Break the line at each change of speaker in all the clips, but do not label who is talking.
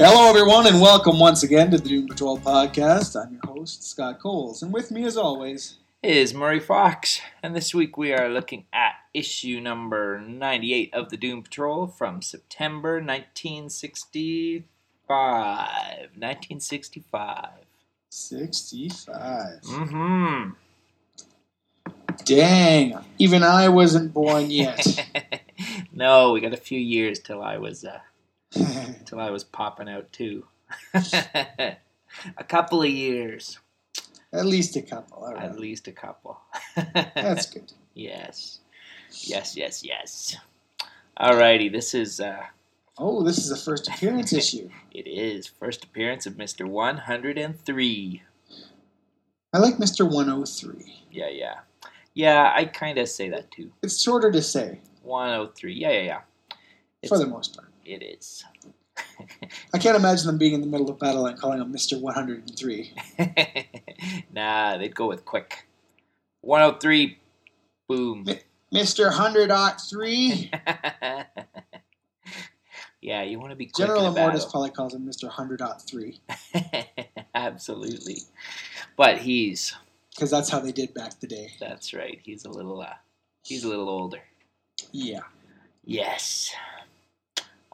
Hello, everyone, and welcome once again to the Doom Patrol podcast. I'm your host, Scott Coles, and with me, as always,
is Murray Fox, and this week we are looking at issue number 98 of the Doom Patrol from September 1965. 1965.
65.
Mm
Dang, even I wasn't born yet.
hmm. no, we got a few years till I was uh, till I was popping out too. a couple of years,
At least a couple. All
at
right.
least a couple.
That's good.
yes, yes, yes, yes. Alrighty, this is. Uh,
Oh, this is a first appearance issue.
It is first appearance of Mr. 103.
I like oh Mr. 103.
Yeah, yeah. Yeah, I kind of say that too.
It's shorter to say,
103. Yeah, yeah, yeah. It's,
for the most part.
It is.
I can't imagine them being in the middle of battle and calling him oh Mr. 103.
nah, they'd go with quick. 103. Boom.
Mr. 103?
yeah, you want to be quick
General
in a battle.
Immortus probably calls him oh Mr. 100.3,
Absolutely. But he's,
because that's how they did back the day.
that's right, he's a little, uh, he's a little older.
Yeah.
Yes.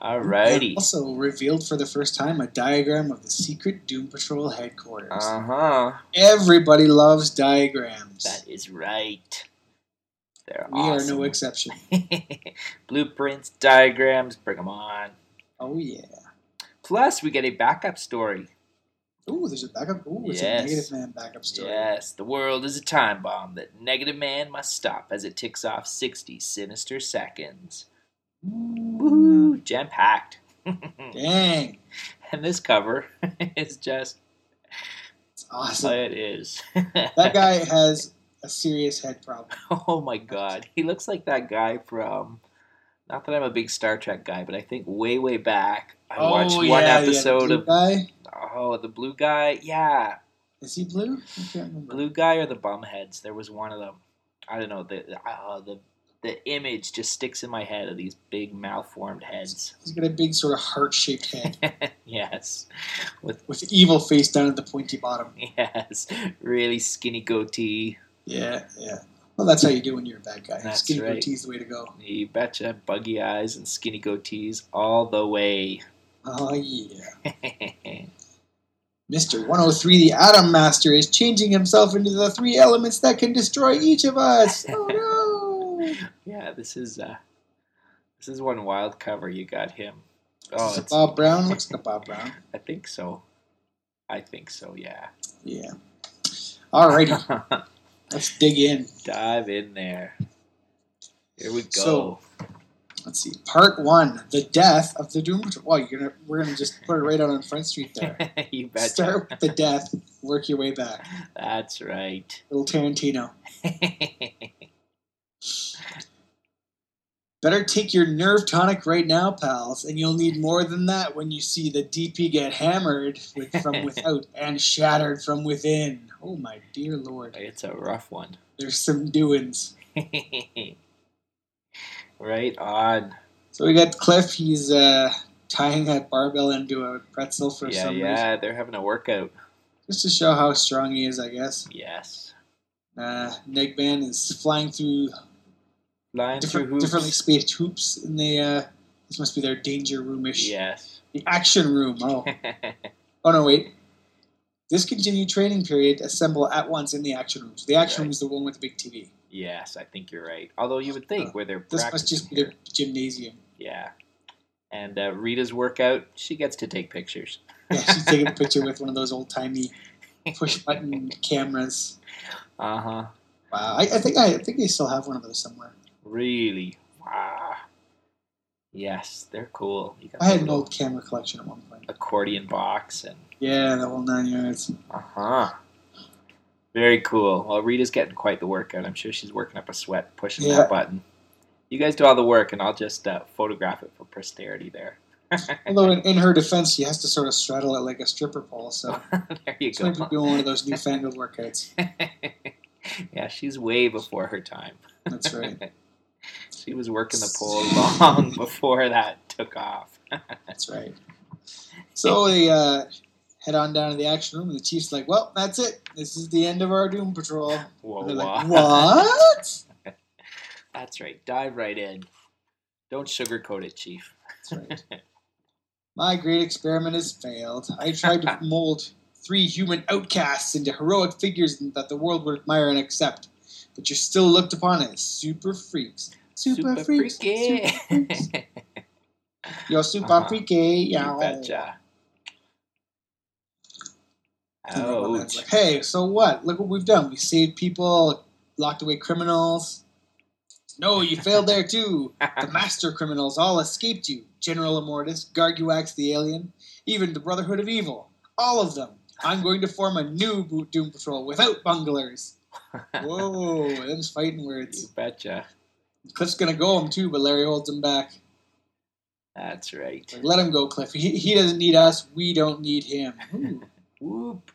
Alrighty.
Also revealed for the first time a diagram of the secret Doom Patrol headquarters.
Uh huh.
Everybody loves diagrams.
That is right. They're
we
awesome.
are no exception.
Blueprints, diagrams, bring them on.
Oh yeah.
Plus, we get a backup story.
Ooh, there's a backup. Ooh, it's
Yes.
a negative man backup story.
Yes, the world is a time bomb that negative man must stop as it ticks off 60 sinister seconds. Woo,
Mm-hmm.
jam packed. and
Dang,
this cover is just
it's awesome.
what it is.
That guy has a serious head problem.
oh my god, he looks like that guy from. Not that I'm a big Star Trek guy, but I think way, way back, I watched
oh,
one
yeah, yeah, the
episode
blue
of
guy.
Oh, the blue guy. Yeah,
Is he blue? I can't remember.
blue guy or the bumheads. There was one of them. I don't know. The uh, the the image just sticks in my head of these big malformed heads.
He's got a big sort of heart-shaped head
yes, with
with evil face down at the pointy bottom.
yes, really skinny goatee.
Yeah, yeah. Well, that's how you do when you're a bad guy.
That's
Skinny
right.
goatee's the way to go.
You betcha, buggy eyes and skinny goatees all the way.
Oh yeah. Mr. 103, the Atom Master, is changing himself into the three elements that can destroy each of us. Oh no!
yeah, this is uh, this is one wild cover. You got him. Oh,
Is it
it's,
Bob Brown looks like a Bob Brown.
I think so. I think so. Yeah.
Yeah. Alrighty, let's dig in.
Dive in there. Here we go.
So- Let's see. Part one: The death of the Doom Patrol. Well, you're gonna we're gonna just put it right out on Front Street there.
you betcha.
Start with the death, work your way back.
That's right.
Little Tarantino. Better take your nerve tonic right now, pals, and you'll need more than that when you see the DP get hammered with, from without and shattered from within. Oh my dear lord,
it's a rough one.
there's some doings.
right on.
So we got Cliff. He's uh, tying that barbell into a pretzel for
yeah,
some reason,
yeah, they're having a workout.
just to show how strong he is, I guess.
Yes.
Uh, Negban is flying through
Flying
different,
through hoops.
differently spaced hoops in the. Uh, this must be their danger roomish.
Yes.
The action room. Oh. Oh no, wait. Discontinue training period. Assemble at once in the action room. So the action room
Right.
is the one with the big TV.
yes, I think you're right. Although you would think where they're
Uh, This
practicing.
must just be
here.
their gymnasium.
Yeah. And uh, Rita's workout, she gets to take pictures.
Yeah, she's taking a picture with one of those old timey push button cameras.
Uh huh.
Wow, I, I think I, I think they still have one of those somewhere.
Really? Wow. Yes, they're cool. You got
I had
the
an
little
old camera collection at one point.
accordion box and
Yeah, the whole nine yards.
uh huh.
Uh-huh.
Very cool. Well, Rita's getting quite the workout. I'm sure she's working up a sweat pushing
Yeah.
that button. You guys do all the work, and I'll just uh, photograph it for posterity. There,
Although in, in her defense, she has to sort of straddle it like a stripper pole, so
there you
she might be
go.
doing one of those newfangled workouts.
yeah, she's way before her time.
That's right.
She was working the pole long before that took off.
That's right. So they uh, head on down to the action room, and the chief's like, "Well, that's it. This is the end of our Doom Patrol." And
Whoa,
they're like,
whoa.
"What?"
That's right. Dive right in. Don't sugarcoat it, Chief.
That's right. My great experiment has failed. I tried to mold three human outcasts into heroic figures that the world would admire and accept, but you're still looked upon as super freaks. Super, freaks.
freaky.
super freaks. You're super
Uh-huh.
freaky.
you
Yeah.
betcha.
And the woman's
Ouch.
like, hey, so what? Look what we've done. We saved people, locked away criminals. No, you failed there too. The master criminals all escaped you. General Immortus, Garguax the alien, even the Brotherhood of Evil. All of them. I'm going to form a new Bo- Doom Patrol without bunglers. Whoa, them's fighting
you
words.
betcha.
Cliff's gonna go him too, but Larry holds him back.
That's right.
Like, Let him go, Cliff. He, he doesn't need us. We don't need him. Ooh.
Whoop.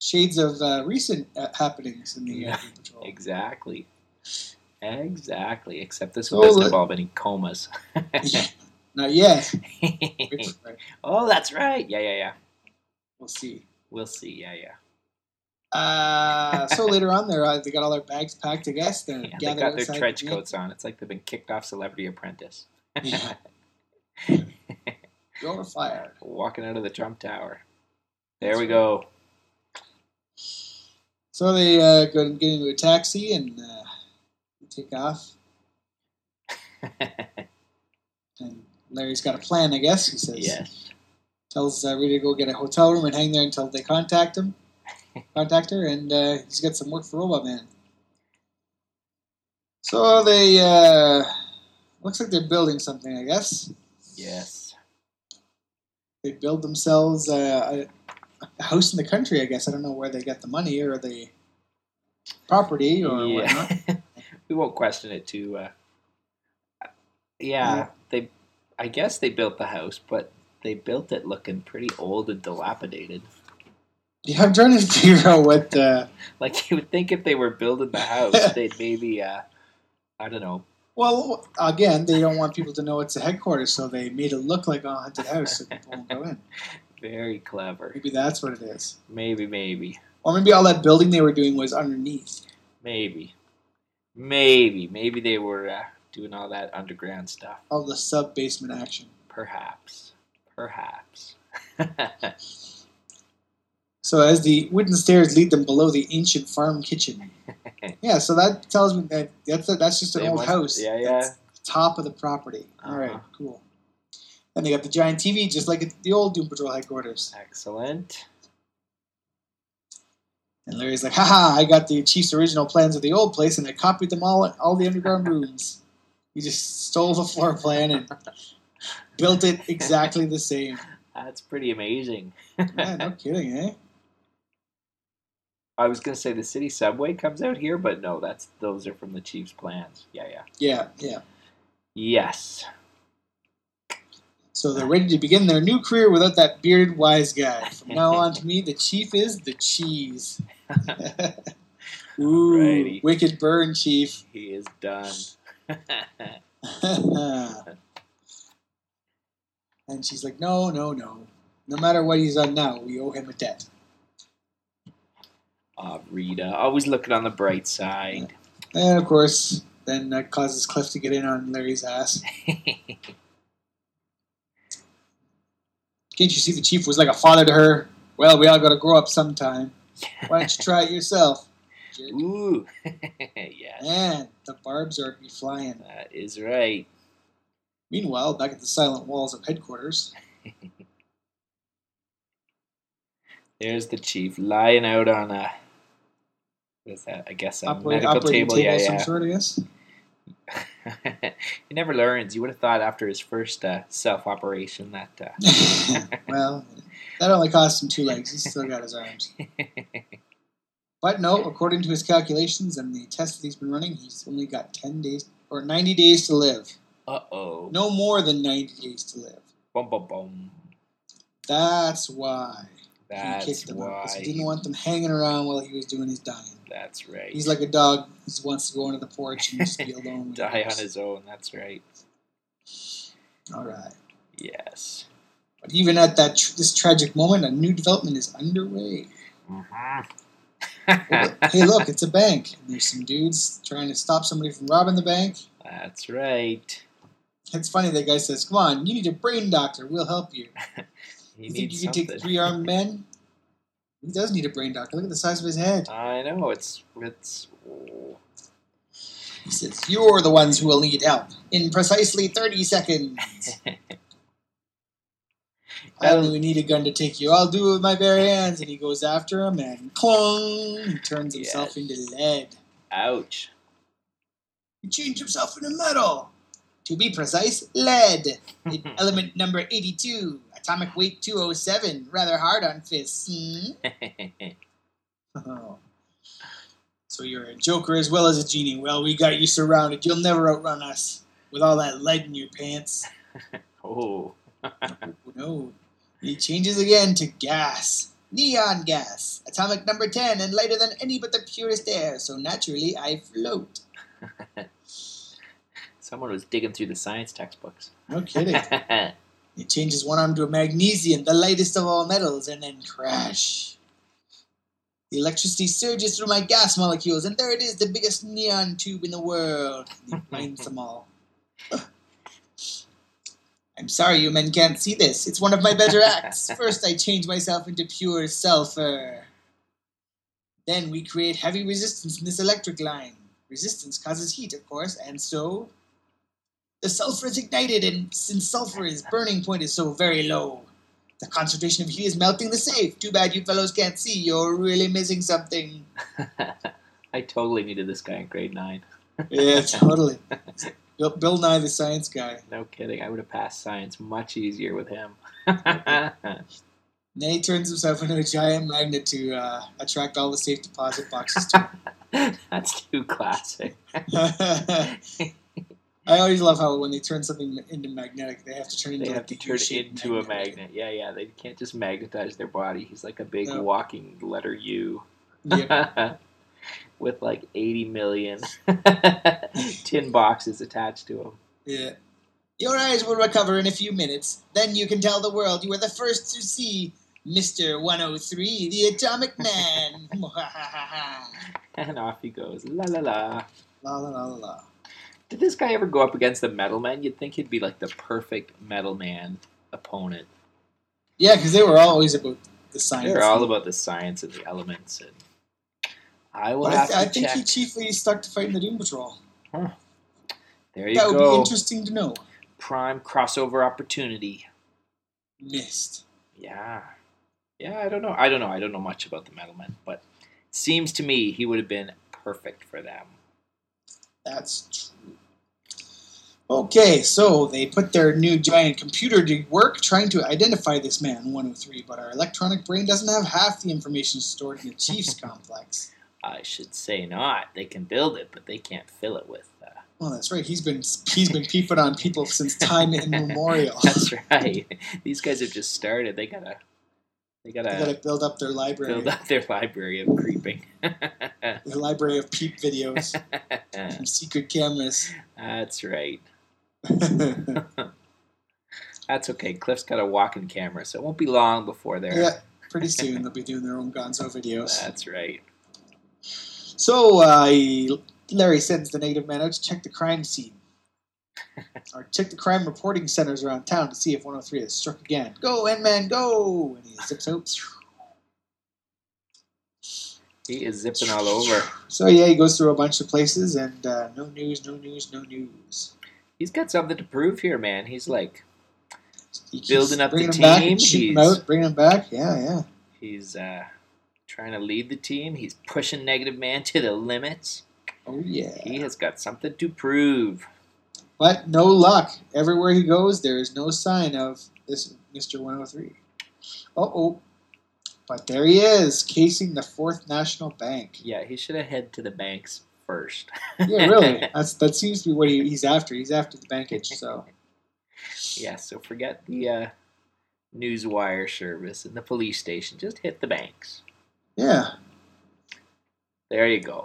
Shades of uh, recent uh, happenings in the uh, Doom Patrol.
Exactly. Exactly. Except this
So
one doesn't
let-
involve any comas.
Not yet.
oh, that's right. Yeah, yeah, yeah.
We'll see.
We'll see. Yeah, yeah.
Uh, so later on, they're, uh, they got all their bags packed, I guess. They're
yeah they
gathered
got their
outside
trench
the gym.
coats on. It's like they've been kicked off Celebrity Apprentice.
Yeah. You're fired.
Walking out of the Trump Tower. There
That's
we
right.
go.
So they uh, go and get into a taxi and uh, take off. And Larry's got a plan, I guess, he says.
yes.
Tells uh, Rita to go get a hotel room and hang there until they contact him. Contact her, and uh, he's got some work for Robot Man. So they. Uh, looks like they're building something, I guess.
Yes.
they build themselves a, a, a house in the country. I guess I don't know where they get the money or the property or whatnot.
yeah. we won't question it too. Uh, yeah,
Yeah.
they. I guess they built the house, but they built it looking pretty old and dilapidated.
Yeah, I'm trying to figure out what uh,
Like you would think if they were building the house, they'd maybe. Uh, I don't know.
well, again, they don't want people to know it's a headquarters, so they made it look like a haunted house, so people won't go in.
Very clever.
Maybe that's what it is,
Maybe, maybe,
or maybe all that building they were doing was underneath.
maybe, maybe, maybe they were uh, doing all that underground stuff.
All the sub basement action.
Perhaps, perhaps.
So as the wooden stairs lead them below the ancient farm kitchen. yeah, so that tells me that that's that's just an
They
old
must-
house.
yeah, yeah.
That's top of the property. All right,
Uh-huh.
cool. And they got the giant TV, just like at the old Doom Patrol headquarters.
Excellent.
And Larry's like, haha, I got the Chief's original plans of the old place, and I copied them all all the underground rooms. He just stole the floor plan and built it exactly the same.
That's pretty amazing.
Yeah, no kidding, eh?
I was gonna say the city subway comes out here, but no, that's those are from the Chiefs' plans. Yeah, yeah.
Yeah, yeah.
Yes.
So they're ready to begin their new career without that bearded wise guy. From now on, to me, the chief is the cheese. Ooh,
Alrighty.
wicked burn, chief.
He is done.
and she's like, no, no, no. No matter what he's on now, we owe him a debt.
Ah, Rita, always looking on the bright side.
And of course, then that causes Cliff to get in on Larry's ass. Can't you see the chief was like a father to her? Well, we all gotta grow up sometime. Why don't you try it yourself? Jerk.
Ooh, yes,
Man, the barbs are be flying.
that is right.
Meanwhile, back at the silent walls of headquarters,
There's the chief lying out on a. What's that? I guess a
operating
medical
operating
table.
table, of some
yeah,
sort, I guess.
yeah. he never learns. You would have thought after his first uh, self operation that. Uh,
well, that only cost him two legs. He's still got his arms. But no, according to his calculations and the test that he's been running, he's only got 10 days or 90 days to live.
uh oh.
No more than 90 days to live.
Bum bum bum.
That's why he
That's
kicked them out.
why.
'cause He didn't want them hanging around while he was doing his dying.
That's right.
He's like a dog who wants to go into the porch and just be alone. with
die on
dogs.
his own. That's right.
All right.
Yes.
But even at that tr- this tragic moment, a new development is underway. Well,
Mhm.
hey, look, it's a bank. And there's some dudes trying to stop somebody from robbing the bank.
That's right.
It's funny that guy says, "Come on, you need a brain doctor. We'll help you."
He
you think you
needs
can
something.
take three armed men? He does need a brain doctor. Look at the size of his head.
I know it's it's. oh.
He says, You're the ones who will need help in precisely 30 seconds. I
Um,
don't even need a gun to take you. I'll do it with my bare hands. And he goes after him and clong, he turns himself
Yes.
into lead.
Ouch.
He changed himself into metal. To be precise, lead. Element number 82, atomic weight 207. Rather hard on fists. Hmm? Oh. So you're a joker as well as a genie. Well, we got you surrounded. You'll never outrun us with all that lead in your pants.
oh.
no. He changes again to gas. Neon gas. Atomic number 10 and lighter than any but the purest air. So naturally, I float.
Someone was digging through the science textbooks.
No kidding. he changes one arm to a magnesium, the lightest of all metals, and then crash. The electricity surges through my gas molecules, and there it is, the biggest neon tube in the world. And He blinds them all. I'm sorry you men can't see this. It's one of my better acts. First, I change myself into pure sulfur. Then we create heavy resistance in this electric line. Resistance causes heat, of course, and so the sulfur is ignited, and since sulfur's burning point is so very low, the concentration of heat is melting the safe. Too bad you fellows can't see. You're really missing something.
I totally needed this guy in grade nine.
Yeah, totally. Bill, Bill Nye, the science guy.
No kidding. I would have passed science much easier with him.
And then he turns himself into a giant magnet to uh, attract all the safe deposit boxes to him.
That's too classic.
I always love how when they turn something into magnetic, they have to turn into
They
like
have to
a
turn it
U-shaped
into a
right?
magnet. Yeah, yeah. They can't just magnetize their body. He's like a big
No.
walking letter U.
Yeah.
with like 80 million tin boxes attached to him.
Yeah. Your eyes will recover in a few minutes. Then you can tell the world you were the first to see Mr. 103, the Atomic Man. la
And off he goes. La la la.
la la la, la.
Did this guy ever go up against the Metal Man? You'd think he'd be like the perfect Metal Man opponent.
Yeah, because they were always about the science.
They're all about the science and the elements. And I will
But I,
have
th-
to
I think
check.
he chiefly stuck to fighting the Doom Patrol.
there you
that would be
go.
interesting to know.
Prime crossover opportunity.
Missed.
Yeah. Yeah, I don't know. I don't know. I don't know much about the Metal Man, but seems to me he would have been perfect for them.
That's true. Okay, so they put their new giant computer to work trying to identify this man, 103, but our electronic brain doesn't have half the information stored in the Chiefs complex.
I should say not. They can build it, but they can't fill it with. Uh,
Well, that's right. He's been he's been peeping on people since time immemorial. They
that's right. These guys have just started. They gotta, they gotta,
got to build up their library,
build up their library of creeping.
their library of peep videos from secret cameras.
that's right.
yeah,
That's okay. Cliff's got a walking camera, so it won't be long before they're.
pretty soon they'll be doing their own Gonzo videos.
That's right.
So uh, he- Larry sends the negative man out to check the crime scene, or check the crime reporting centers around town to see if 103 has struck again. Go, N-Man, go! And he zips out.
He is zipping all over.
So yeah, he goes through a bunch of places and uh, no news, no news, no news.
He's got something to prove here, man. He's like,
He keeps
Building up the
bringing 'em back
team,
and shooting
he's-
out, bringing 'em back. Yeah, yeah.
he's uh, trying to lead the team. He's pushing Negative Man to the limits.
Oh yeah.
He has got something to prove.
But no luck. Everywhere he goes, there is no sign of this Mr. 103. Uh oh. But there he is, casing the Fourth National Bank.
Yeah, he should have head to the banks first.
Yeah, really. That's that seems to be what he, he's after. He's after the bankage. So
yeah, so forget the uh, news wire service and the police station. Just hit the banks.
yeah,
There you go.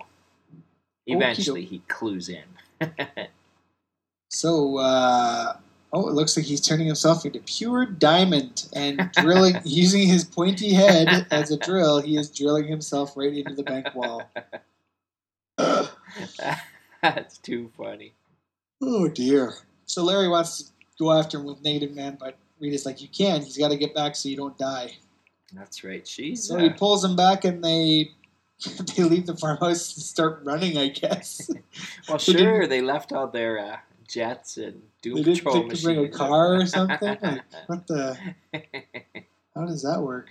Okey-doke.
Eventually, he clues in.
So, uh, oh, it looks like he's turning himself into pure diamond and drilling, using his pointy head as a drill. He is drilling himself right into the bank wall.
That's too funny.
Oh dear. So Larry wants to go after him with Negative Man, but Rita's like, "You can. He's got to get back so you don't die."
That's right. She's
So
uh,
he pulls him back, and they they leave the farmhouse and start running. I guess
well,
they didn't-
sure they left all their uh, jets and doom
they didn't
patrol
think to bring a
machines.
car or something. Like, what the? How does that work?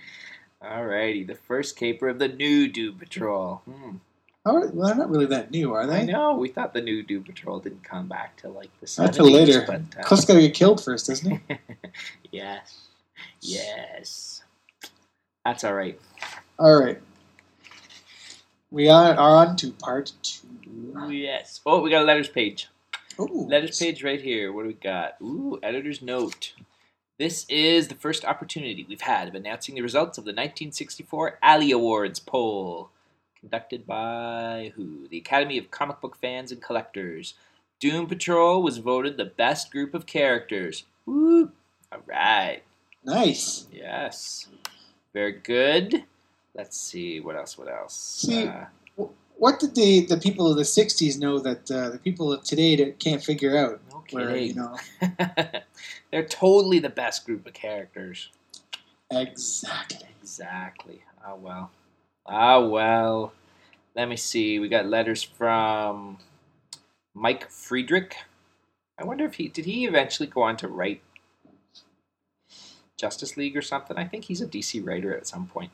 Alrighty, the first caper of the new Doom Patrol. Hmm.
How are, well, they're not really that new, are they?
I know we thought the new Doom Patrol didn't come back till like the
Not till
seventies,
later.
but uh,
Cliff's got to get killed first, doesn't he?
yes, yes, that's all right.
All right. We are, are on to part two.
Ooh, yes. Oh, we got a letters page.
Ooh,
Letters page right here. What do we got? Ooh, editor's note. This is the first opportunity we've had of announcing the results of the 1964 Alley Awards poll, conducted by who? The Academy of Comic Book Fans and Collectors. Doom Patrol was voted the best group of characters. Woo! All right.
Nice.
Yes. Very good. Let's see. What else? What else? Uh,
See- What did the, the people of the 60s know that uh, the people of today that can't figure out?
no
Where, you
kidding.
know,
They're totally the best group of characters.
exactly.
Exactly. Ah, well. Ah, well. Let me see. We got letters from Mike Friedrich. I wonder if he did he eventually go on to write Justice League or something. I think he's a DC writer at some point.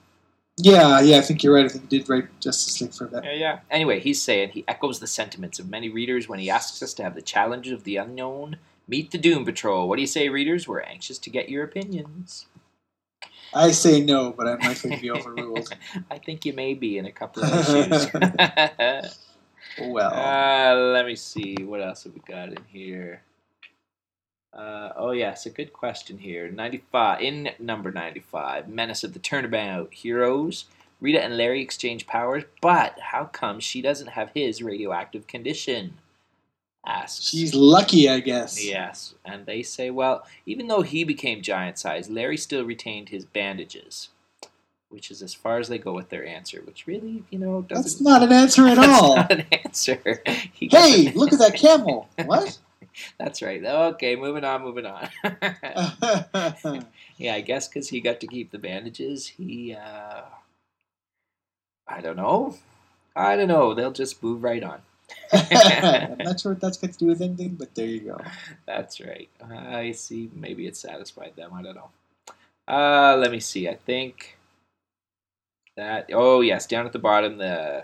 Yeah, yeah, I think you're right. I think you did write Justice League for a bit.
Yeah, yeah. Anyway, he's saying he echoes the sentiments of many readers when he asks us to have the challenges of the unknown meet the Doom Patrol. What do you say, readers? We're anxious to get your opinions.
I say no, but I'm likely to be overruled.
I think you may be in a couple of issues.
Well,
Uh, let me see. What else have we got in here? Uh, oh, yes, a good question here. 95, in number 95, Menace of the Turnabout Heroes. Rita and Larry exchange powers, but how come she doesn't have his radioactive condition? Asks.
she's lucky, I guess.
Yes, and they say, well, even though he became giant size, Larry still retained his bandages, which is as far as they go with their answer, which really, you know, doesn't.
That's not an answer at
That's
all.
not an answer. He
Hey,
doesn't-
look at that camel. What?
That's right. Okay, moving on, moving on. yeah, I guess because he got to keep the bandages, he, uh, I don't know. I don't know. They'll just move right on.
I'm not sure what that's got to do with anything, but there you go.
That's right. I see. Maybe it satisfied them. I don't know. Uh, let me see. I think that. Oh yes, down at the bottom, the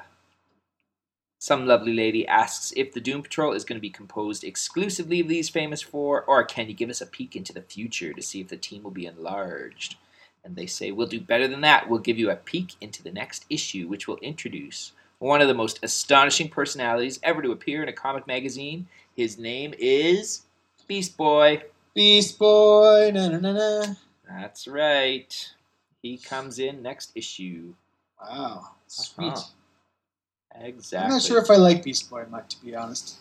some lovely lady asks if the Doom Patrol is going to be composed exclusively of these famous four, or can you give us a peek into the future to see if the team will be enlarged? And they say we'll do better than that. We'll give you a peek into the next issue, which will introduce one of the most astonishing personalities ever to appear in a comic magazine. His name is Beast Boy.
Beast Boy, na na na na.
That's right. He comes in next issue.
Wow, sweet.
Uh-huh. Exactly.
I'm not sure if I like Beast Boy much, to be honest.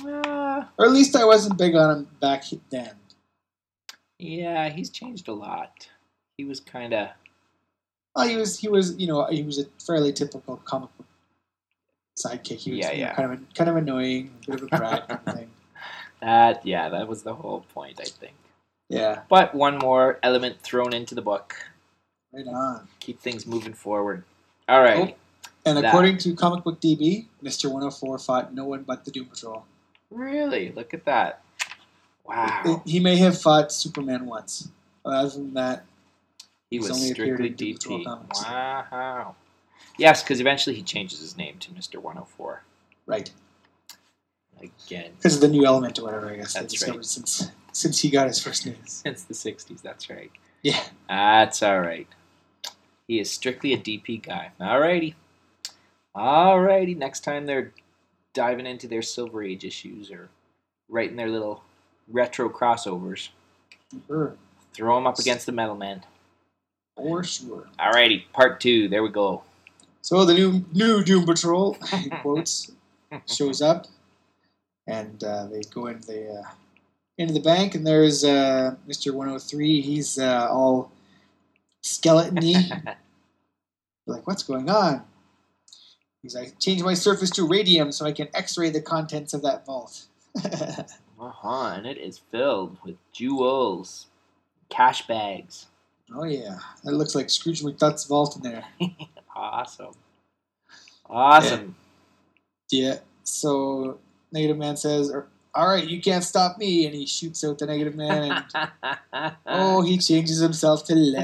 Uh,
Or at least I wasn't big on him back then.
yeah, he's changed a lot. He was kind of
Well, he was, he was, you know, he was a fairly typical comic book sidekick. He was
Yeah,
you know,
yeah.
kind of, kind of annoying, a bit of a brat kind of thing.
that. Yeah, that was the whole point, I think.
Yeah,
But one more element thrown into the book.
right on.
Keep things moving forward. All right.
And
That-
according to Comic Book DB, Mr. 104 fought oh no one but the Doom Patrol.
Really? Look at that. Wow.
He may have fought Superman once. Other than that,
He
He's
was
only appeared
strictly
in Doom Patrol
DP.
comics.
Wow. Yes, because eventually he changes his name to Mr. 104.
right.
again
because of the new element or whatever. I guess they
That's
discovered
right.
since since he got his first name.
since the 60s. That's right.
Yeah.
That's all right. He is strictly a DP guy. All righty. All righty. Next time they're diving into their Silver Age issues or writing their little retro crossovers,
Sure.
throw them up against the Metal Man.
For sure.
All righty. Part two. There we go.
So the new new Doom Patrol in quotes shows up, and uh, they go into the uh, into the bank, and there's uh, Mister One Hundred Three. He's uh, all skeletony. like, what's going on? He's like, change my surface to radium so I can X-ray the contents of that vault.
uh-huh. And it is filled with jewels, cash bags.
oh yeah, that looks like Scrooge McDuck's vault in there.
Awesome. Awesome.
Yeah. So Negative Man says, "All right, you can't stop me," and he shoots out the Negative Man. And,
Uh,
oh, he changes himself to lead.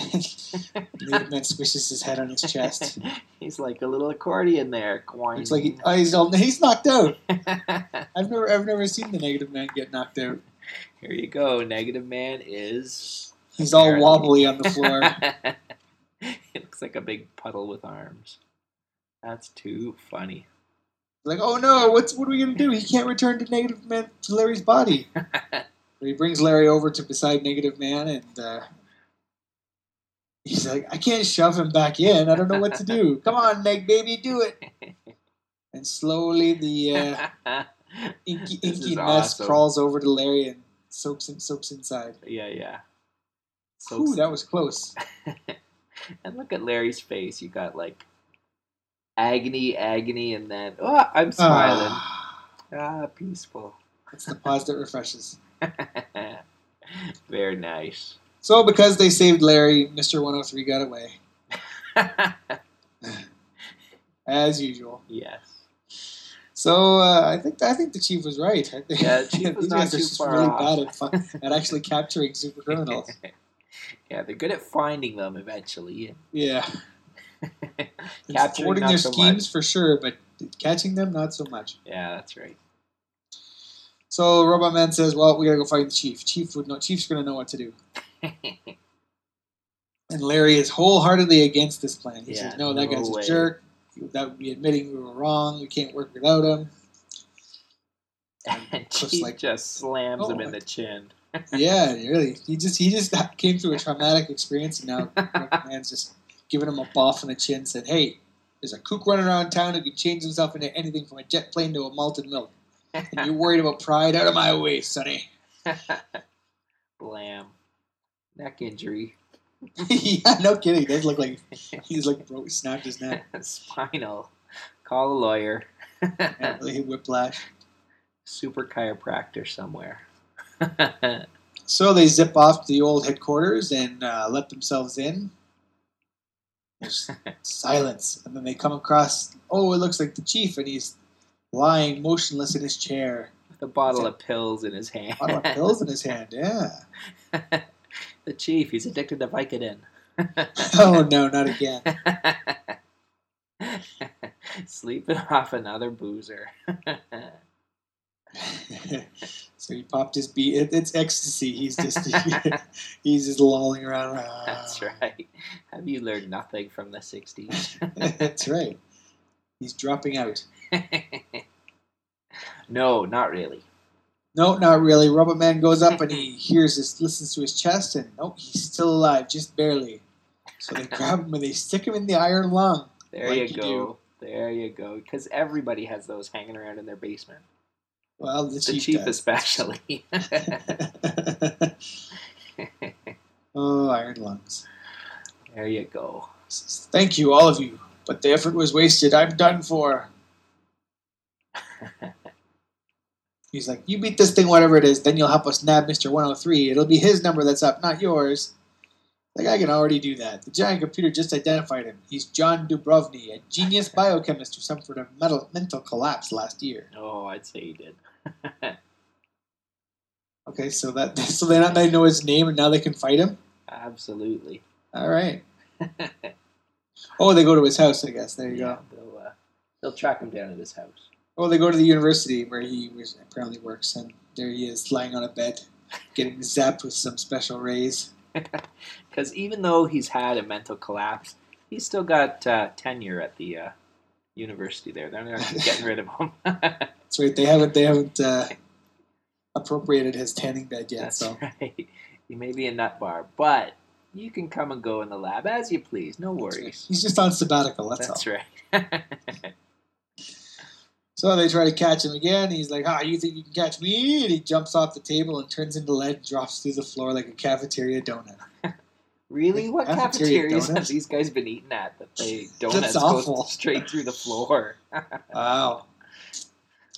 Negative Man squishes his head on his chest.
he's like a little accordion there. Coin.
Looks like he, oh, he's all, he's knocked out. I've never I've never seen the Negative Man get knocked out.
Here you go. Negative man is.
He's all
Apparently.
wobbly on the floor.
it looks like a big puddle with arms. That's too funny.
like, oh no, what's what are we gonna do? He can't return to Negative Man to Larry's body. But he brings Larry over to beside Negative Man, and uh, he's like, I can't shove him back in. I don't know what to do. Come on, Neg baby, do it. And slowly the uh, inky
This
inky
is
mess
awesome.
crawls over to Larry and soaps and soaps inside.
Yeah, yeah. So
Ooh, that was close.
and look at Larry's face. You got like agony, agony, and then oh, I'm smiling.
Ah,
ah peaceful.
it's the pause that refreshes.
Very nice.
So because they saved Larry, Mister One Hundred Three got away as usual.
yes.
So uh, I think I think the chief was right. I think
Yeah, the chief was
these
not
guys are
too
just
far
really
off.
bad at, fi- at actually capturing super criminals.
yeah, they're good at finding them eventually.
Yeah, And
Capturing
thwarting
not
their
so
schemes for sure, but catching them not so much.
Yeah, that's right.
So Robot Man says, "Well, we gotta go find the chief. Chief would know. Chief's gonna know what to do." And Larry is wholeheartedly against this plan. He
Yeah,
says, "No, that
no
guy's
way.
a jerk. That would be admitting we were wrong. We can't work without him."
and
Just
she
like-
just slams
Oh,
him in
my-
the chin.
yeah, really. He just he just came through a traumatic experience, and now the man's just giving him a boff on the chin. Said, "Hey, there's a kook running around town who can change himself into anything from a jet plane to a malted milk, and you're worried about pride. Out of my way, sonny."
Blam. Neck injury.
yeah, no kidding. It does look like he's like broke, snapped his neck.
Spinal. Call a lawyer.
Apparently, whiplash.
Super chiropractor somewhere.
So they zip off to the old headquarters and uh, let themselves in. There's silence, and then they come across. Oh, it looks like the chief, and he's lying motionless in his chair,
With a bottle of pills in his hand.
bottle of pills in his hand. Yeah.
the chief, he's addicted to Vicodin.
Oh no, not again.
Sleeping off another boozer.
so he popped his beat. It, it's ecstasy. He's just he's just lolling around.
That's
Uh.
right. Have you learned nothing from the 60s?
That's right. He's dropping out.
no, not really.
No, not really. Robot Man goes up and he hears this, listens to his chest, and nope, he's still alive, just barely. So they grab him and they stick him in the iron lung.
There
Like
you,
you
go. There you go. Because everybody has those hanging around in their basement.
Well, the,
The
chief,
chief,
does.
especially.
oh, iron lungs.
there you go.
Thank you, all of you. But the effort was wasted. I'm done for. He's like, you beat this thing, whatever it is, then you'll help us nab Mr. 103. It'll be his number that's up, not yours. Like, I can already do that. The giant computer just identified him. He's John Dubrovny, a genius biochemist who suffered a metal, mental collapse last year.
Oh, I'd say he did.
Okay, so that so they now they know his name and now they can fight him.
Absolutely.
All right. oh, they go to his house, I guess. There you
yeah, They'll, uh, they'll track him down at his house.
Well, they go to the university where he was, apparently works, and there he is lying on a bed, getting zapped with some special rays.
Because even though he's had a mental collapse, he's still got uh, tenure at the uh, university there. They're not getting rid of him.
That's right. They haven't they haven't uh, appropriated his tanning bed yet.
That's
so
right. He may be a nut bar, but you can come and go in the lab as you please. No worries.
he's just on sabbatical. That's,
That's,
all.
right.
So they try to catch him again. He's like, "Ah, you think you can catch me?" And he jumps off the table and turns into lead, and drops through the floor like a cafeteria donut.
really? What
Cafeteria
cafeterias have
donuts?
these guys been eating at that they donuts
awful.
go straight through the floor?
Wow,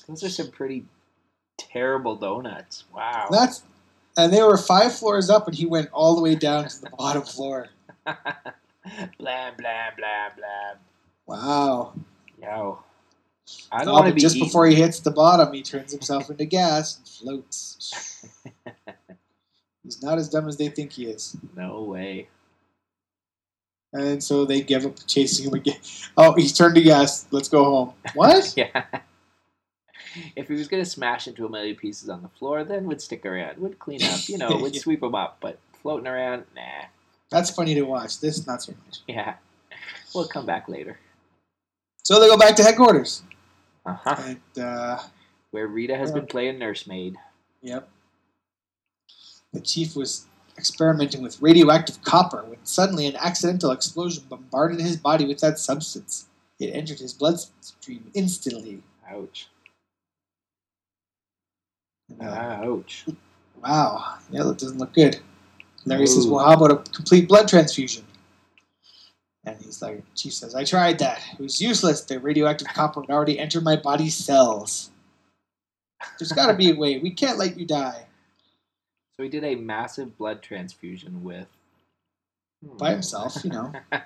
Those are some pretty terrible donuts. Wow.
that's and they were five floors up, and he went all the way down to the bottom floor.
blah blah blah blah.
Wow.
Yo. I don't
Oh,
want to
but
be
just
eaten.
before he hits the bottom, he turns himself into gas and floats. He's not as dumb as they think he is.
No way.
And so they give up chasing him again. Oh, he's turned to gas. Let's go home. What?
Yeah. If he was gonna smash into a million pieces on the floor, then would stick around, would clean up, you know, would
Yeah.
sweep him up. But floating around, nah.
That's funny to watch. This, not so much.
Yeah. We'll come back later.
So they go back to headquarters.
Uh huh.
And, uh,
Where Rita has been
Yeah.
playing nursemaid.
yep. The chief was experimenting with radioactive copper when suddenly an accidental explosion bombarded his body with that substance. It entered his bloodstream instantly.
Ouch.
And, uh,
Ouch.
Wow. Yeah, that doesn't look good. Larry says,
Ooh.
Well, how about a complete blood transfusion? And he's like, Chief says, I tried that. It was useless. The radioactive copper had already entered my body's cells. There's got to be a way. We can't let you die.
So he did a massive blood transfusion with hmm.
By himself, you know.
I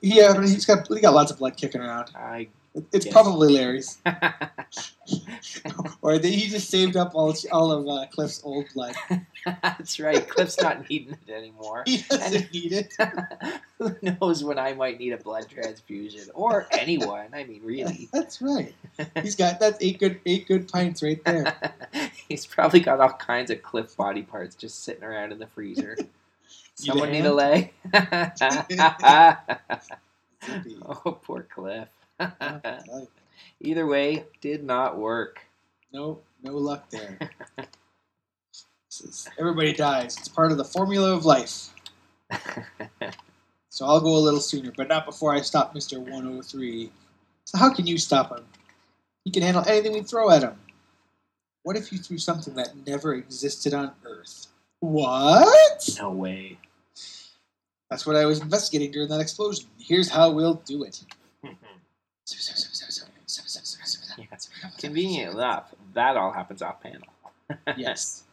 Yeah, but he's got, he got lots of blood kicking around. It- It's
Yes.
probably Larry's. Or that he just saved up all, all of uh, Cliff's old blood.
That's right. Cliff's not needing it anymore.
He doesn't need it.
Who knows when I might need a blood transfusion or anyone? I mean, really.
That's right. He's got that's eight good eight good pints right there.
He's probably got all kinds of Cliff body parts just sitting around in the freezer.
Need a
Someone need a
hand?
leg?
Zippy.
oh, poor Cliff.
Yeah, I like
Either way, did not work.
No, no luck there. This is- everybody dies. It's part of the formula of life. So I'll go a little sooner, but not before I stop Mr. 103. So how can you stop him? He can handle anything we throw at him. What if you threw something that never existed on Earth? What?
No way.
That's what I was investigating during that explosion. Here's how we'll do it.
Yes. Convenient enough, that all happens off panel.
yes.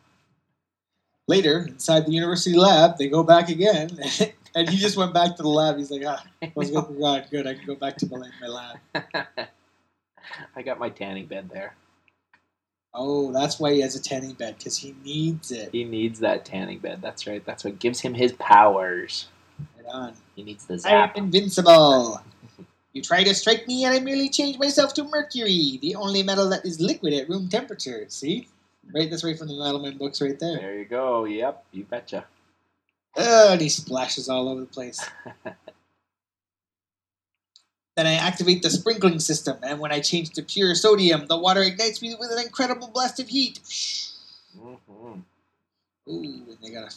Later, inside the university lab, they go back again, and he just went back to the lab. He's like, ah, I was with God, good, I can go back to my, my lab.
I got my tanning bed there.
Oh, that's why he has a tanning bed, because he needs it.
He needs that tanning bed. That's right. That's what gives him his powers.
Right on.
He needs the
I'm
zap.
invincible. You try to strike me, and I merely change myself to mercury, the only metal that is liquid at room temperature. See? Right, that's right from the Metalman books right there.
There you go. Yep, you betcha.
Oh, and he splashes all over the place. Then I activate the sprinkling system, and when I change to pure sodium, the water ignites me with an incredible blast of heat.
hmm
Ooh, and they gotta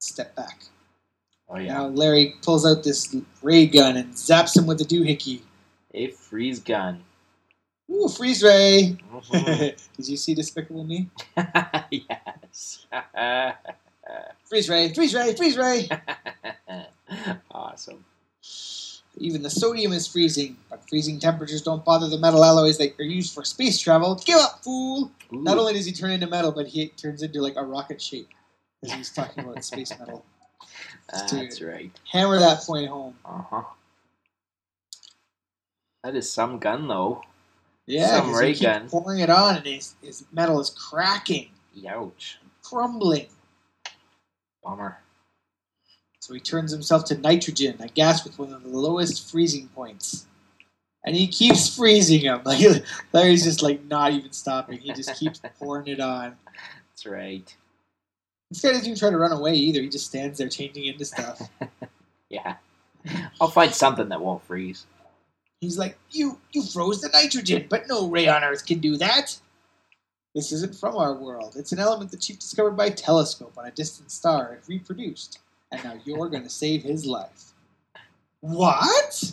step back.
Oh yeah,
Now Larry pulls out this ray gun and zaps him with a doohickey.
a freeze gun.
Ooh, freeze ray!
Mhm.
Did you see Despicable Me?
yes.
Freeze ray, freeze ray, freeze ray!
awesome.
Even the sodium is freezing, but freezing temperatures don't bother the metal alloys that are used for space travel. Give up, fool!
Ooh,
Not only does he turn into metal, but he turns into like a rocket shape. Because he's talking about space metal.
that's right.
Hammer that point home.
Uh huh. That is some gun though.
Yeah,
Some
'cause
ray
he keeps
gun.
pouring it on, and his, his metal is cracking,
Youch.
crumbling.
Bummer.
So he turns himself to nitrogen, a gas with one of the lowest freezing points. and he keeps freezing him. Like Larry's just like not even stopping. He just keeps pouring it on.
That's right.
This guy doesn't even try to run away either. He just stands there changing into stuff.
Yeah. I'll find something that won't freeze.
He's like, "You you froze the nitrogen, but no ray on Earth can do that. This isn't from our world. It's an element the chief discovered by telescope on a distant star and reproduced. And now you're going to save his life." What?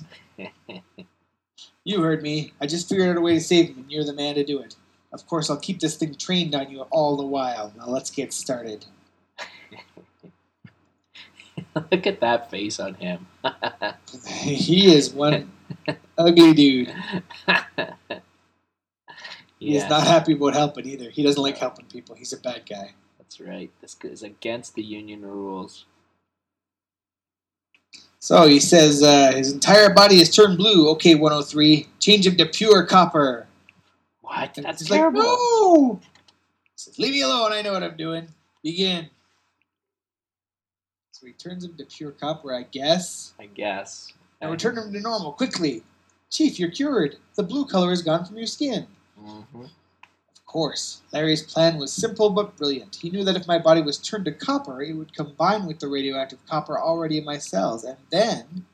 you heard me. I just figured out a way to save him, and you're the man to do it. Of course, I'll keep this thing trained on you all the while. Now let's get started.
Look at that face on him.
he is one ugly dude. He is
Yeah,
not happy about helping either. He doesn't like helping people. He's a bad guy.
that's right. This is against the union rules.
So he says uh, his entire body is turned blue. Okay, 103. Change him to pure copper.
What? That's
he's
terrible.
Like, no! He says, Leave me alone. I know what I'm doing. Begin. So he turns him to pure copper, I guess.
I guess.
And return him to normal quickly. Chief, you're cured. The blue color is gone from your skin.
Mhm.
Of course, Larry's plan was simple but brilliant. He knew that if my body was turned to copper, it would combine with the radioactive copper already in my cells, and then,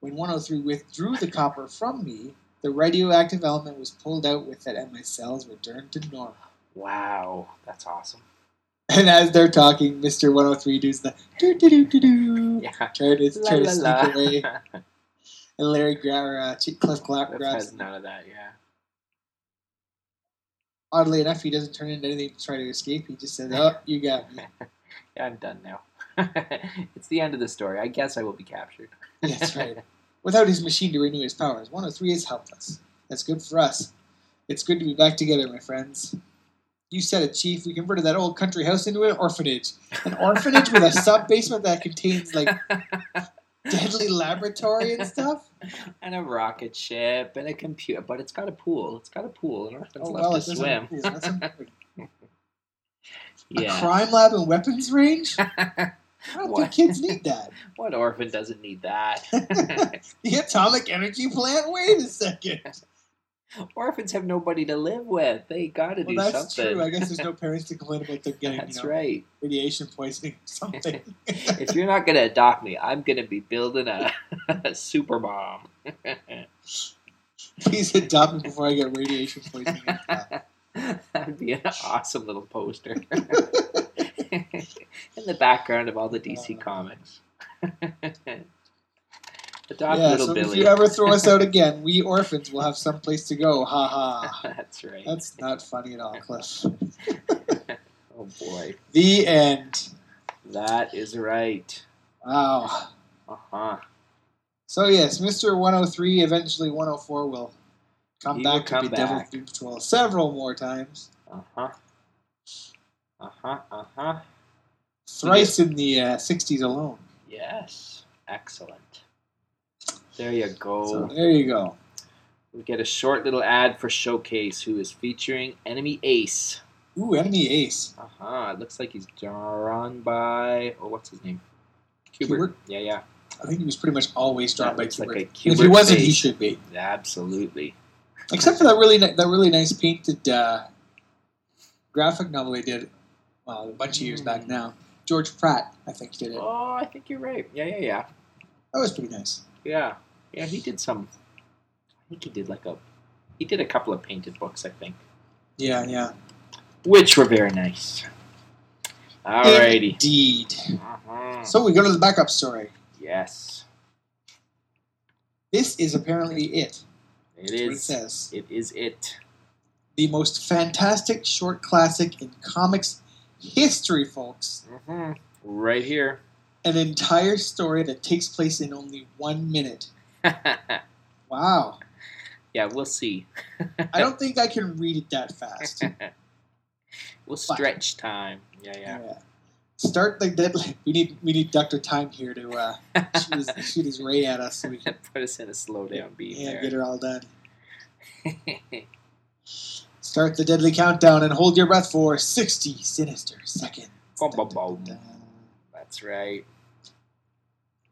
when 103 withdrew the copper from me, the radioactive element was pulled out with it, and my cells returned to normal.
Wow, that's awesome.
And as they're talking, Mr. 103 does the doo doo doo doo doo,
Yeah.
trying to,
La,
trying to
la,
sneak
la.
away. And Larry gra- or, uh, Chief Cliff Cla-
Cliff
grabs
has
him.
none of that. Yeah.
Oddly enough, he doesn't turn into anything to try to escape. He just says, Oh, you got me.
Yeah, I'm done now. it's the end of the story. I guess I will be captured.
That's right. Without his machine to renew his powers, 103 is helpless. That's good for us. It's good to be back together, my friends. You said it, Chief. We converted that old country house into an orphanage. An orphanage with a sub basement that contains, like, deadly laboratory and stuff?
and a rocket ship and a computer, but it's got a pool. It's got a pool. An orphan's
Oh,
left
well, it
to
doesn't have a
swim.
pool. That's important. A
Yeah.
crime lab and weapons range? I don't
What?
think kids need that.
What orphan doesn't need that?
The atomic energy plant? Wait a second.
Orphans have nobody to live with. They got to
Well,
do
that's
something.
true. I guess there's no parents to complain about them getting,
that's
you know,
right.
radiation poisoning or something.
If you're not going to adopt me, I'm going to be building a, a super bomb.
Please adopt me before I get radiation poisoning. and stuff.
That'd be an awesome little poster in the background of all the DC
Uh,
comics. adopt
yeah,
little
so if
Billy.
you ever throw us out again, we orphans will have some place to go. Ha ha.
that's right.
That's not funny at all, Cliff.
Oh boy,
The end.
that is right.
Wow.
Uh huh.
So yes, Mr. 103, eventually 104 will come
He will
back
come
to be Devil
back.
Doom Patrol several more times.
Uh huh. Uh huh. Uh huh.
Thrice in the uh, 60s alone.
Yes. Excellent. There you
So
go.
there you go.
We get a short little ad for Showcase, who is featuring Enemy Ace.
Ooh, enemy ace.
Uh huh. It looks like he's drawn by. Oh, what's his name? Kubert.
Kubert?
Yeah, yeah.
I think he was pretty much always drawn
That
by
looks like
Kubert.
a
And if he
Kubert
wasn't, he
face.
should be.
Absolutely.
except for that really ni- that really nice painted uh, graphic novel they did well, a bunch of years back now. George Pratt, I think, did it.
Oh, I think you're right. Yeah, yeah, yeah.
That was pretty nice.
Yeah. Yeah, he did some. I think he did like a. He did a couple of painted books, I think.
Yeah, yeah.
which were very nice. Alrighty.
Indeed.
Uh-huh.
So we go to the backup story.
yes,
This is apparently it.
it
That's what it
is.
says.
It is it.
The most fantastic short classic in comics history, folks.
hmm Right here.
An entire story that takes place in only one minute.
yeah,
Wow.
we'll see.
I don't think I can read it that fast.
We'll stretch time. Yeah, yeah.
Yeah. Start the deadline. We need we need Doctor Time here to uh, shoot, his, shoot his ray at us so we can
Put us in a slow down beat
yeah, get
there.
her all done. Start the deadly countdown and hold your breath for sixty sinister seconds.
Bum, bum, bum. That's right.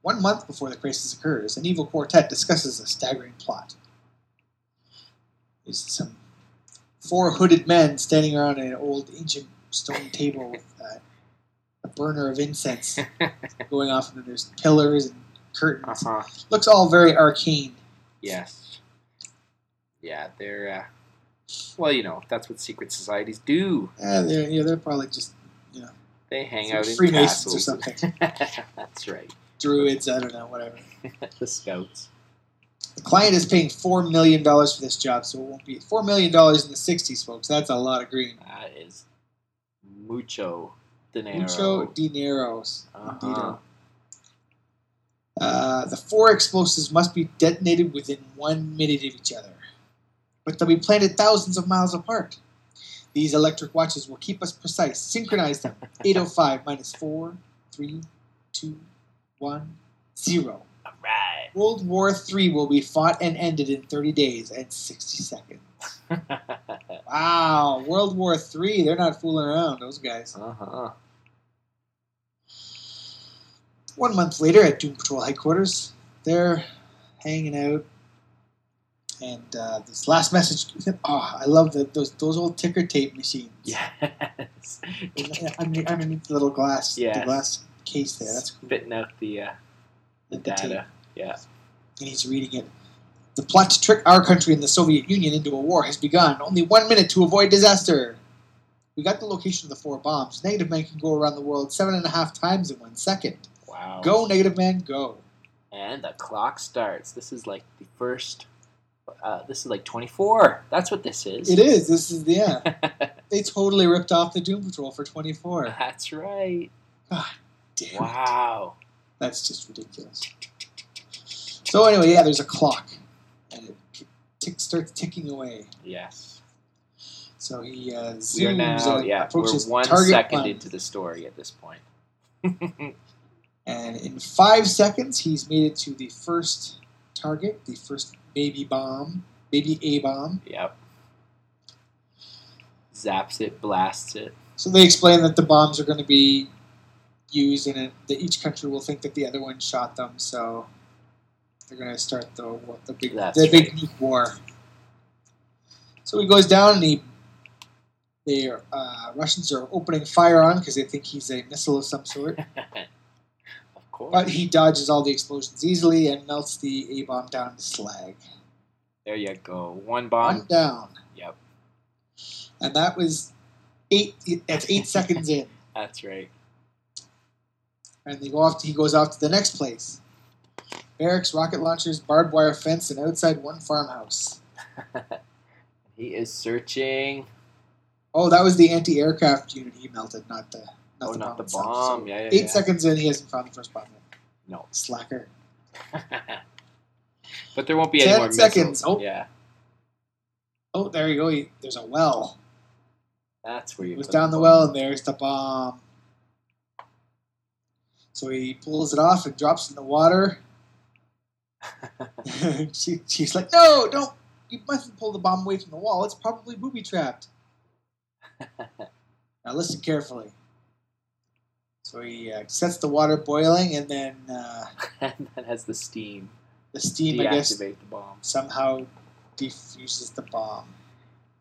One month before the crisis occurs, an evil quartet discusses a staggering plot. There's some four hooded men standing around an old ancient stone table with uh, a burner of incense going off, and then there's pillars and curtains.
uh-huh.
Looks all very arcane.
Yes. Yeah, they're. Uh, well, you know, that's what secret societies do.
Uh, they're, you know, they're probably just
They hang
Some
out in
Freemasons or
castles.
something.
that's right.
druids. I don't know, whatever.
the scouts.
The client is paying four million dollars for this job, so it won't be four million dollars in the '60s, folks. That's a lot of green.
That is mucho dinero.
Mucho dineros.
uh-huh.
Uh, the four explosives must be detonated within one minute of each other, but they'll be planted thousands of miles apart. These electric watches will keep us precise. Synchronize them. 805 minus 4, 3, 2, 1, 0.
All right.
World War III will be fought and ended in 30 days and 60 seconds. Wow, World War III. They're not fooling around, those guys.
uh-huh.
One month later at Doom Patrol headquarters, they're hanging out. And uh, this last message, oh, I love the, those those old ticker tape machines.
Yes.
Under- underneath the little glass,
Yes.
the glass case there. That's cool.
Spitting out the, uh, the
The tape.
data. Yeah.
and he's reading it. The plot to trick our country and the Soviet Union into a war has begun. Only one minute to avoid disaster. We got the location of the four bombs. Negative Man can go around the world seven and a half times in one second.
Wow.
Go, Negative Man, go.
And the clock starts. This is like the first. Uh, this is like 24. That's what this is.
It is. This is the end. they totally ripped off the Doom Patrol for 24.
That's right.
Damn.
Wow.
That's just ridiculous. So, anyway, yeah, there's a clock. And it tick, starts ticking away.
Yes.
So he uh, zooms
We are now,
and
yeah, we're
approaches
one
target
second
one.
into the story at this point.
And in five seconds, he's made it to the first target, the first baby bomb, baby A bomb.
Yep. Zaps it, blasts it.
So they explain that the bombs are going to be used, and it- that each country will think that the other one shot them. So they're going to start the wa- the big
That's
the big
right.
nuke war. So he goes down, and he they are, uh, Russians are opening fire on because they think he's a missile of some sort.
Of course.
But he dodges all the explosions easily and melts the A bomb down to slag.
there you go.
One
One bomb.
down.
Yep.
and that was eight. That's eight seconds in,
That's right.
and they go off. To, he goes off to the next place. Barracks, rocket launchers, barbed wire fence, and outside one farmhouse.
He is searching.
Oh, that was the anti-aircraft unit he melted, not the not
oh,
the
not
bomb.
the
itself.
bomb.
So
yeah, yeah.
eight
yeah.
seconds in, he hasn't found the first bomb. Yet.
No.
Slacker.
but there won't be any
Ten
more
seconds.
Missiles.
Oh.
Yeah.
Oh, there you go. He, there's a well.
That's where you
It was
put
down the
bomb.
well, and there's the bomb. So he pulls it off and drops it in the water. she, she's like, "No, don't! You mustn't pull the bomb away from the wall. It's probably booby trapped." now listen carefully. So he uh, sets the water boiling, and then uh,
and that has the steam.
the steam, I guess,
Deactivate the bomb.
somehow defuses the bomb.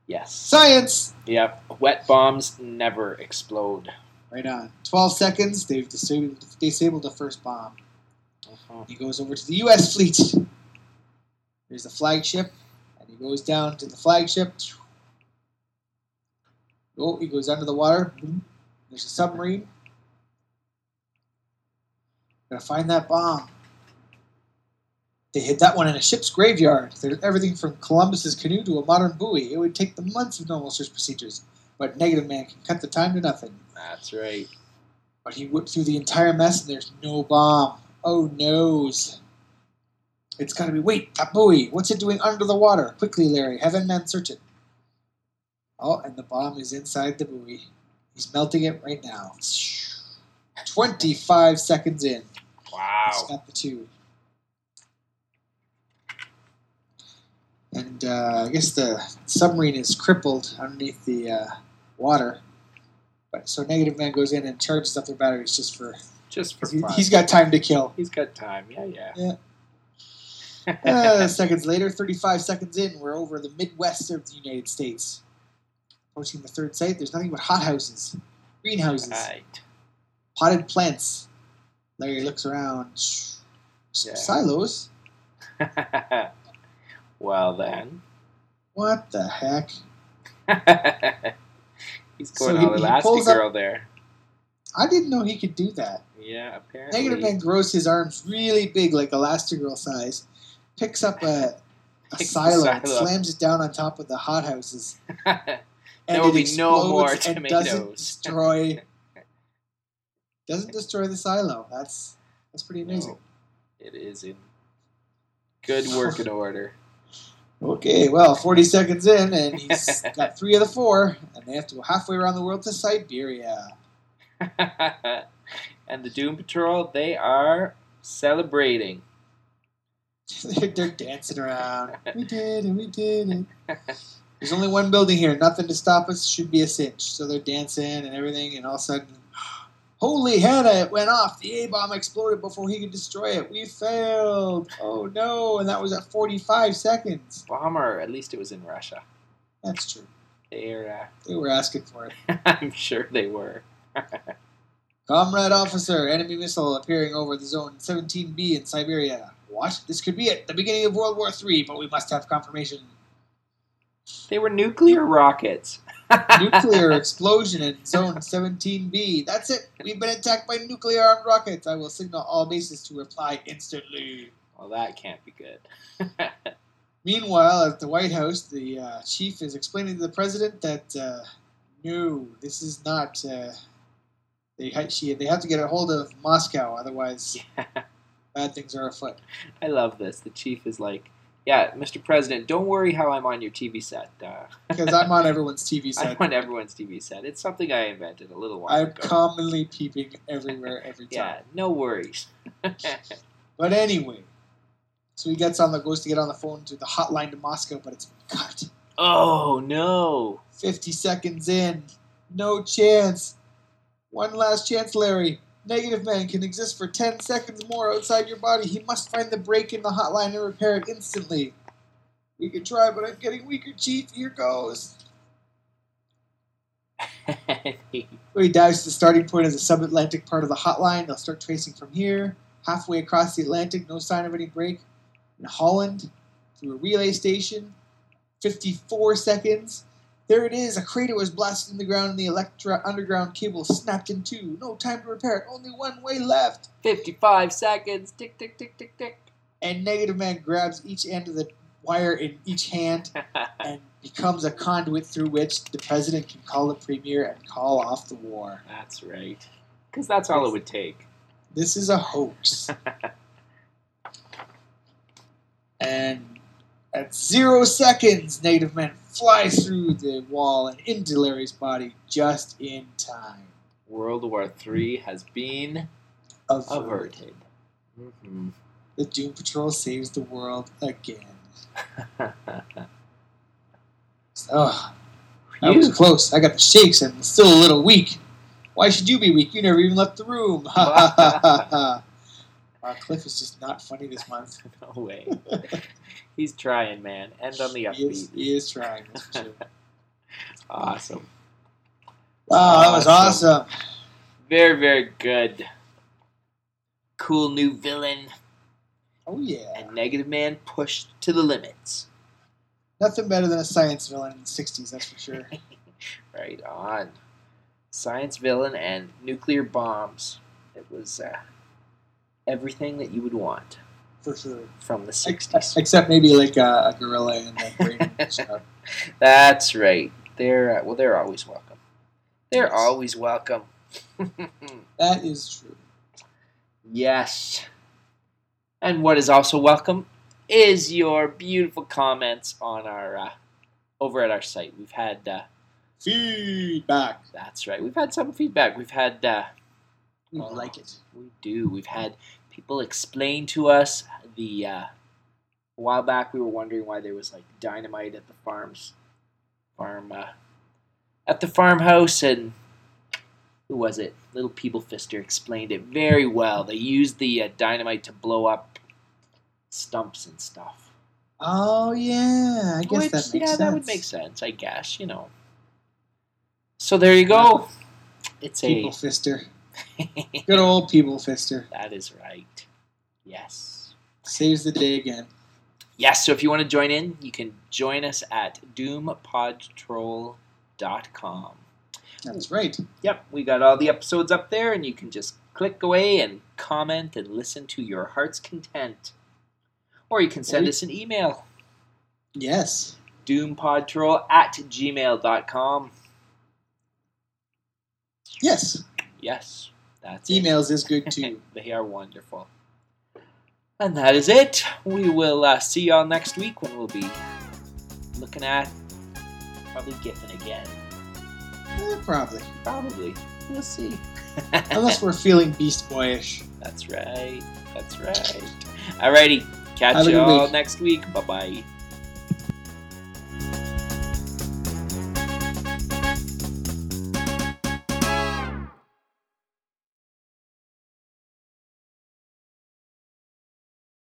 Yes.
Science.
Yep. Wet bombs never explode.
Right on. Twelve seconds. They've disabled, disabled the first bomb.
Uh-huh.
He goes over to the U.S. fleet. There's the flagship, and he goes down to the flagship. Oh, he goes under the water. There's a submarine. Gotta find that bomb. They hid that one in a ship's graveyard. There's everything from Columbus's canoe to a modern buoy. It would take them months of normal search procedures, but Negative Man can cut the time to nothing.
That's right.
But he whipped through the entire mess and there's no bomb. Oh noes. It's gotta be wait, that buoy, what's it doing under the water? Quickly, Larry, have men search it. Oh, and the bomb is inside the buoy. He's melting it right now. Twenty-five seconds in. He's
Wow.
got the two. And uh, I guess the submarine is crippled underneath the uh, water. But so Negative Man goes in and charges up their batteries just for
Just for
because he,
fun.
he's got time to kill.
he's got time. Yeah, yeah.
Uh, seconds later, 35 seconds in, we're over the Midwest of the United States. Approaching the third site, there's nothing but hothouses, greenhouses,
right.
potted plants. Larry looks around. "Shh,
Yeah.
Silos?
well then,
What the heck?
he's
So
going
he-
all
he
Alaska
pulls up-
girl there.
I didn't know he could do that.
Yeah, apparently.
Negative Man grows his arms really big, like Elastigirl size, picks up a, a
Picks the
silo and
silo.
slams it down on top of the hothouses.
There
and
will
it
be no more
explodes and Doesn't
tomatoes.
destroy, doesn't destroy the silo. That's that's pretty amazing.
No, it is in good working order.
Okay, well, 40 seconds in, and he's got three of the four, and they have to go halfway around the world to Siberia.
and the Doom Patrol, they are celebrating.
they're, they're dancing around. We did it. We did it. There's only one building here. Nothing to stop us. Should be a cinch. So they're dancing and everything, and all of a sudden, holy Hannah! It went off. The A bomb exploded before he could destroy it. We failed. Oh no! And that was at 45 seconds.
Bomber, at least it was in Russia.
That's true.
They're,
They were asking for it.
uh, I'm sure they were.
Comrade officer, enemy missile appearing over the zone 17B in Siberia. What? This could be it. The beginning of World War III, but we must have confirmation.
They were nuclear rockets.
nuclear explosion in Zone 17B. That's it. We've been attacked by nuclear armed rockets. I will signal all bases to reply instantly.
Well, that can't be good.
Meanwhile, at the White House, the uh, chief is explaining to the president that uh, no, this is not. Uh, they ha- she they have to get a hold of Moscow, otherwise bad things are afoot.
I love this. The chief is like, "Yeah, Mr. President, don't worry how I'm on your TV set. Uh,
Because I'm on everyone's TV
I'm
set.
on everyone's TV set. It's something I invented a little while
I'm
ago.
commonly peeping everywhere, every time.
yeah, no worries.
But anyway, so he gets on the goes to get on the phone to the hotline to Moscow, but it's been cut.
Oh no!
50 seconds in. No chance. One last chance, Larry. Negative man can exist for 10 seconds more outside your body. He must find the break in the hotline and repair it instantly. We could try, but I'm getting weaker, Chief. Here goes. So he dives to the starting point of the sub Atlantic part of the hotline. They'll start tracing from here, halfway across the Atlantic, no sign of any break. In Holland, through a relay station, 54 seconds. There it is. A crater was blasted in the ground, and the Electra underground cable snapped in two. No time to repair it. Only one way left.
Fifty-five seconds. Tick, tick, tick, tick, tick.
And Negative Man grabs each end of the wire in each hand and becomes a conduit through which the president can call the premier and call off the war.
that's right. Because that's all it would take.
This is a hoax. and at zero seconds, Native Man flies through the wall and into Larry's body just in time.
World War Three has been
Averted.
averted. Mhm.
The Doom Patrol saves the world again. Ugh, that was
Phew.
close. I got the shakes and still a little weak. Why should you be weak? You never even left the room. Ha ha ha ha ha. Wow, Cliff is just not funny this month.
No way. He's trying, man. End on the E.
He is,
upbeat.
he is trying. That's for sure.
Awesome.
Wow, Oh, that was
Awesome.
awesome.
Very, very good. Cool new villain.
Oh yeah,
And Negative Man pushed to the limits.
nothing better than a science villain in the '60s, that's for sure.
Right on. Science villain and nuclear bombs. It was uh, everything that you would want
for sure.
from the
Ex-
60s.
Except maybe like uh, a, a gorilla and a brain.
That's right. They're, uh, well, they're always welcome. They're
Yes.
always welcome.
that is true.
Yes. And what is also welcome is your beautiful comments on our uh, over at our site. We've had uh,
Feedback.
that's right. We've had some feedback. We've had uh,
We
Oh.
like it.
we do. We've had people explain to us the uh, a while back we were wondering why there was like dynamite at the farms farm uh, at the farmhouse and who was it? Little People Fister explained it very well. They used the uh, dynamite to blow up stumps and stuff.
Oh yeah, I guess
Which,
that makes
yeah,
sense.
that would make sense, I guess, you know. So there you go. It's
People
a.
fister, good old people fister
that is right. Yes.
saves the day again.
Yes, so if you want to join in, you can join us at doompodtroll.com.
That's right.
Yep, we got all the episodes up there, and you can just click away and comment and listen to your heart's content. Or you can send
Or-
us an email,
Yes,
doompodtroll at gmail.com.
yes.
Yes, that's it.
Emails is good too.
they are wonderful. And that is it. We will uh, see y'all next week when we'll be looking at probably Giffen again.
Eh, probably,
Probably. We'll see.
unless we're feeling beast boyish.
That's right. That's right. Alrighty. Catch
Have a good
y'all
week.
next week. Bye bye.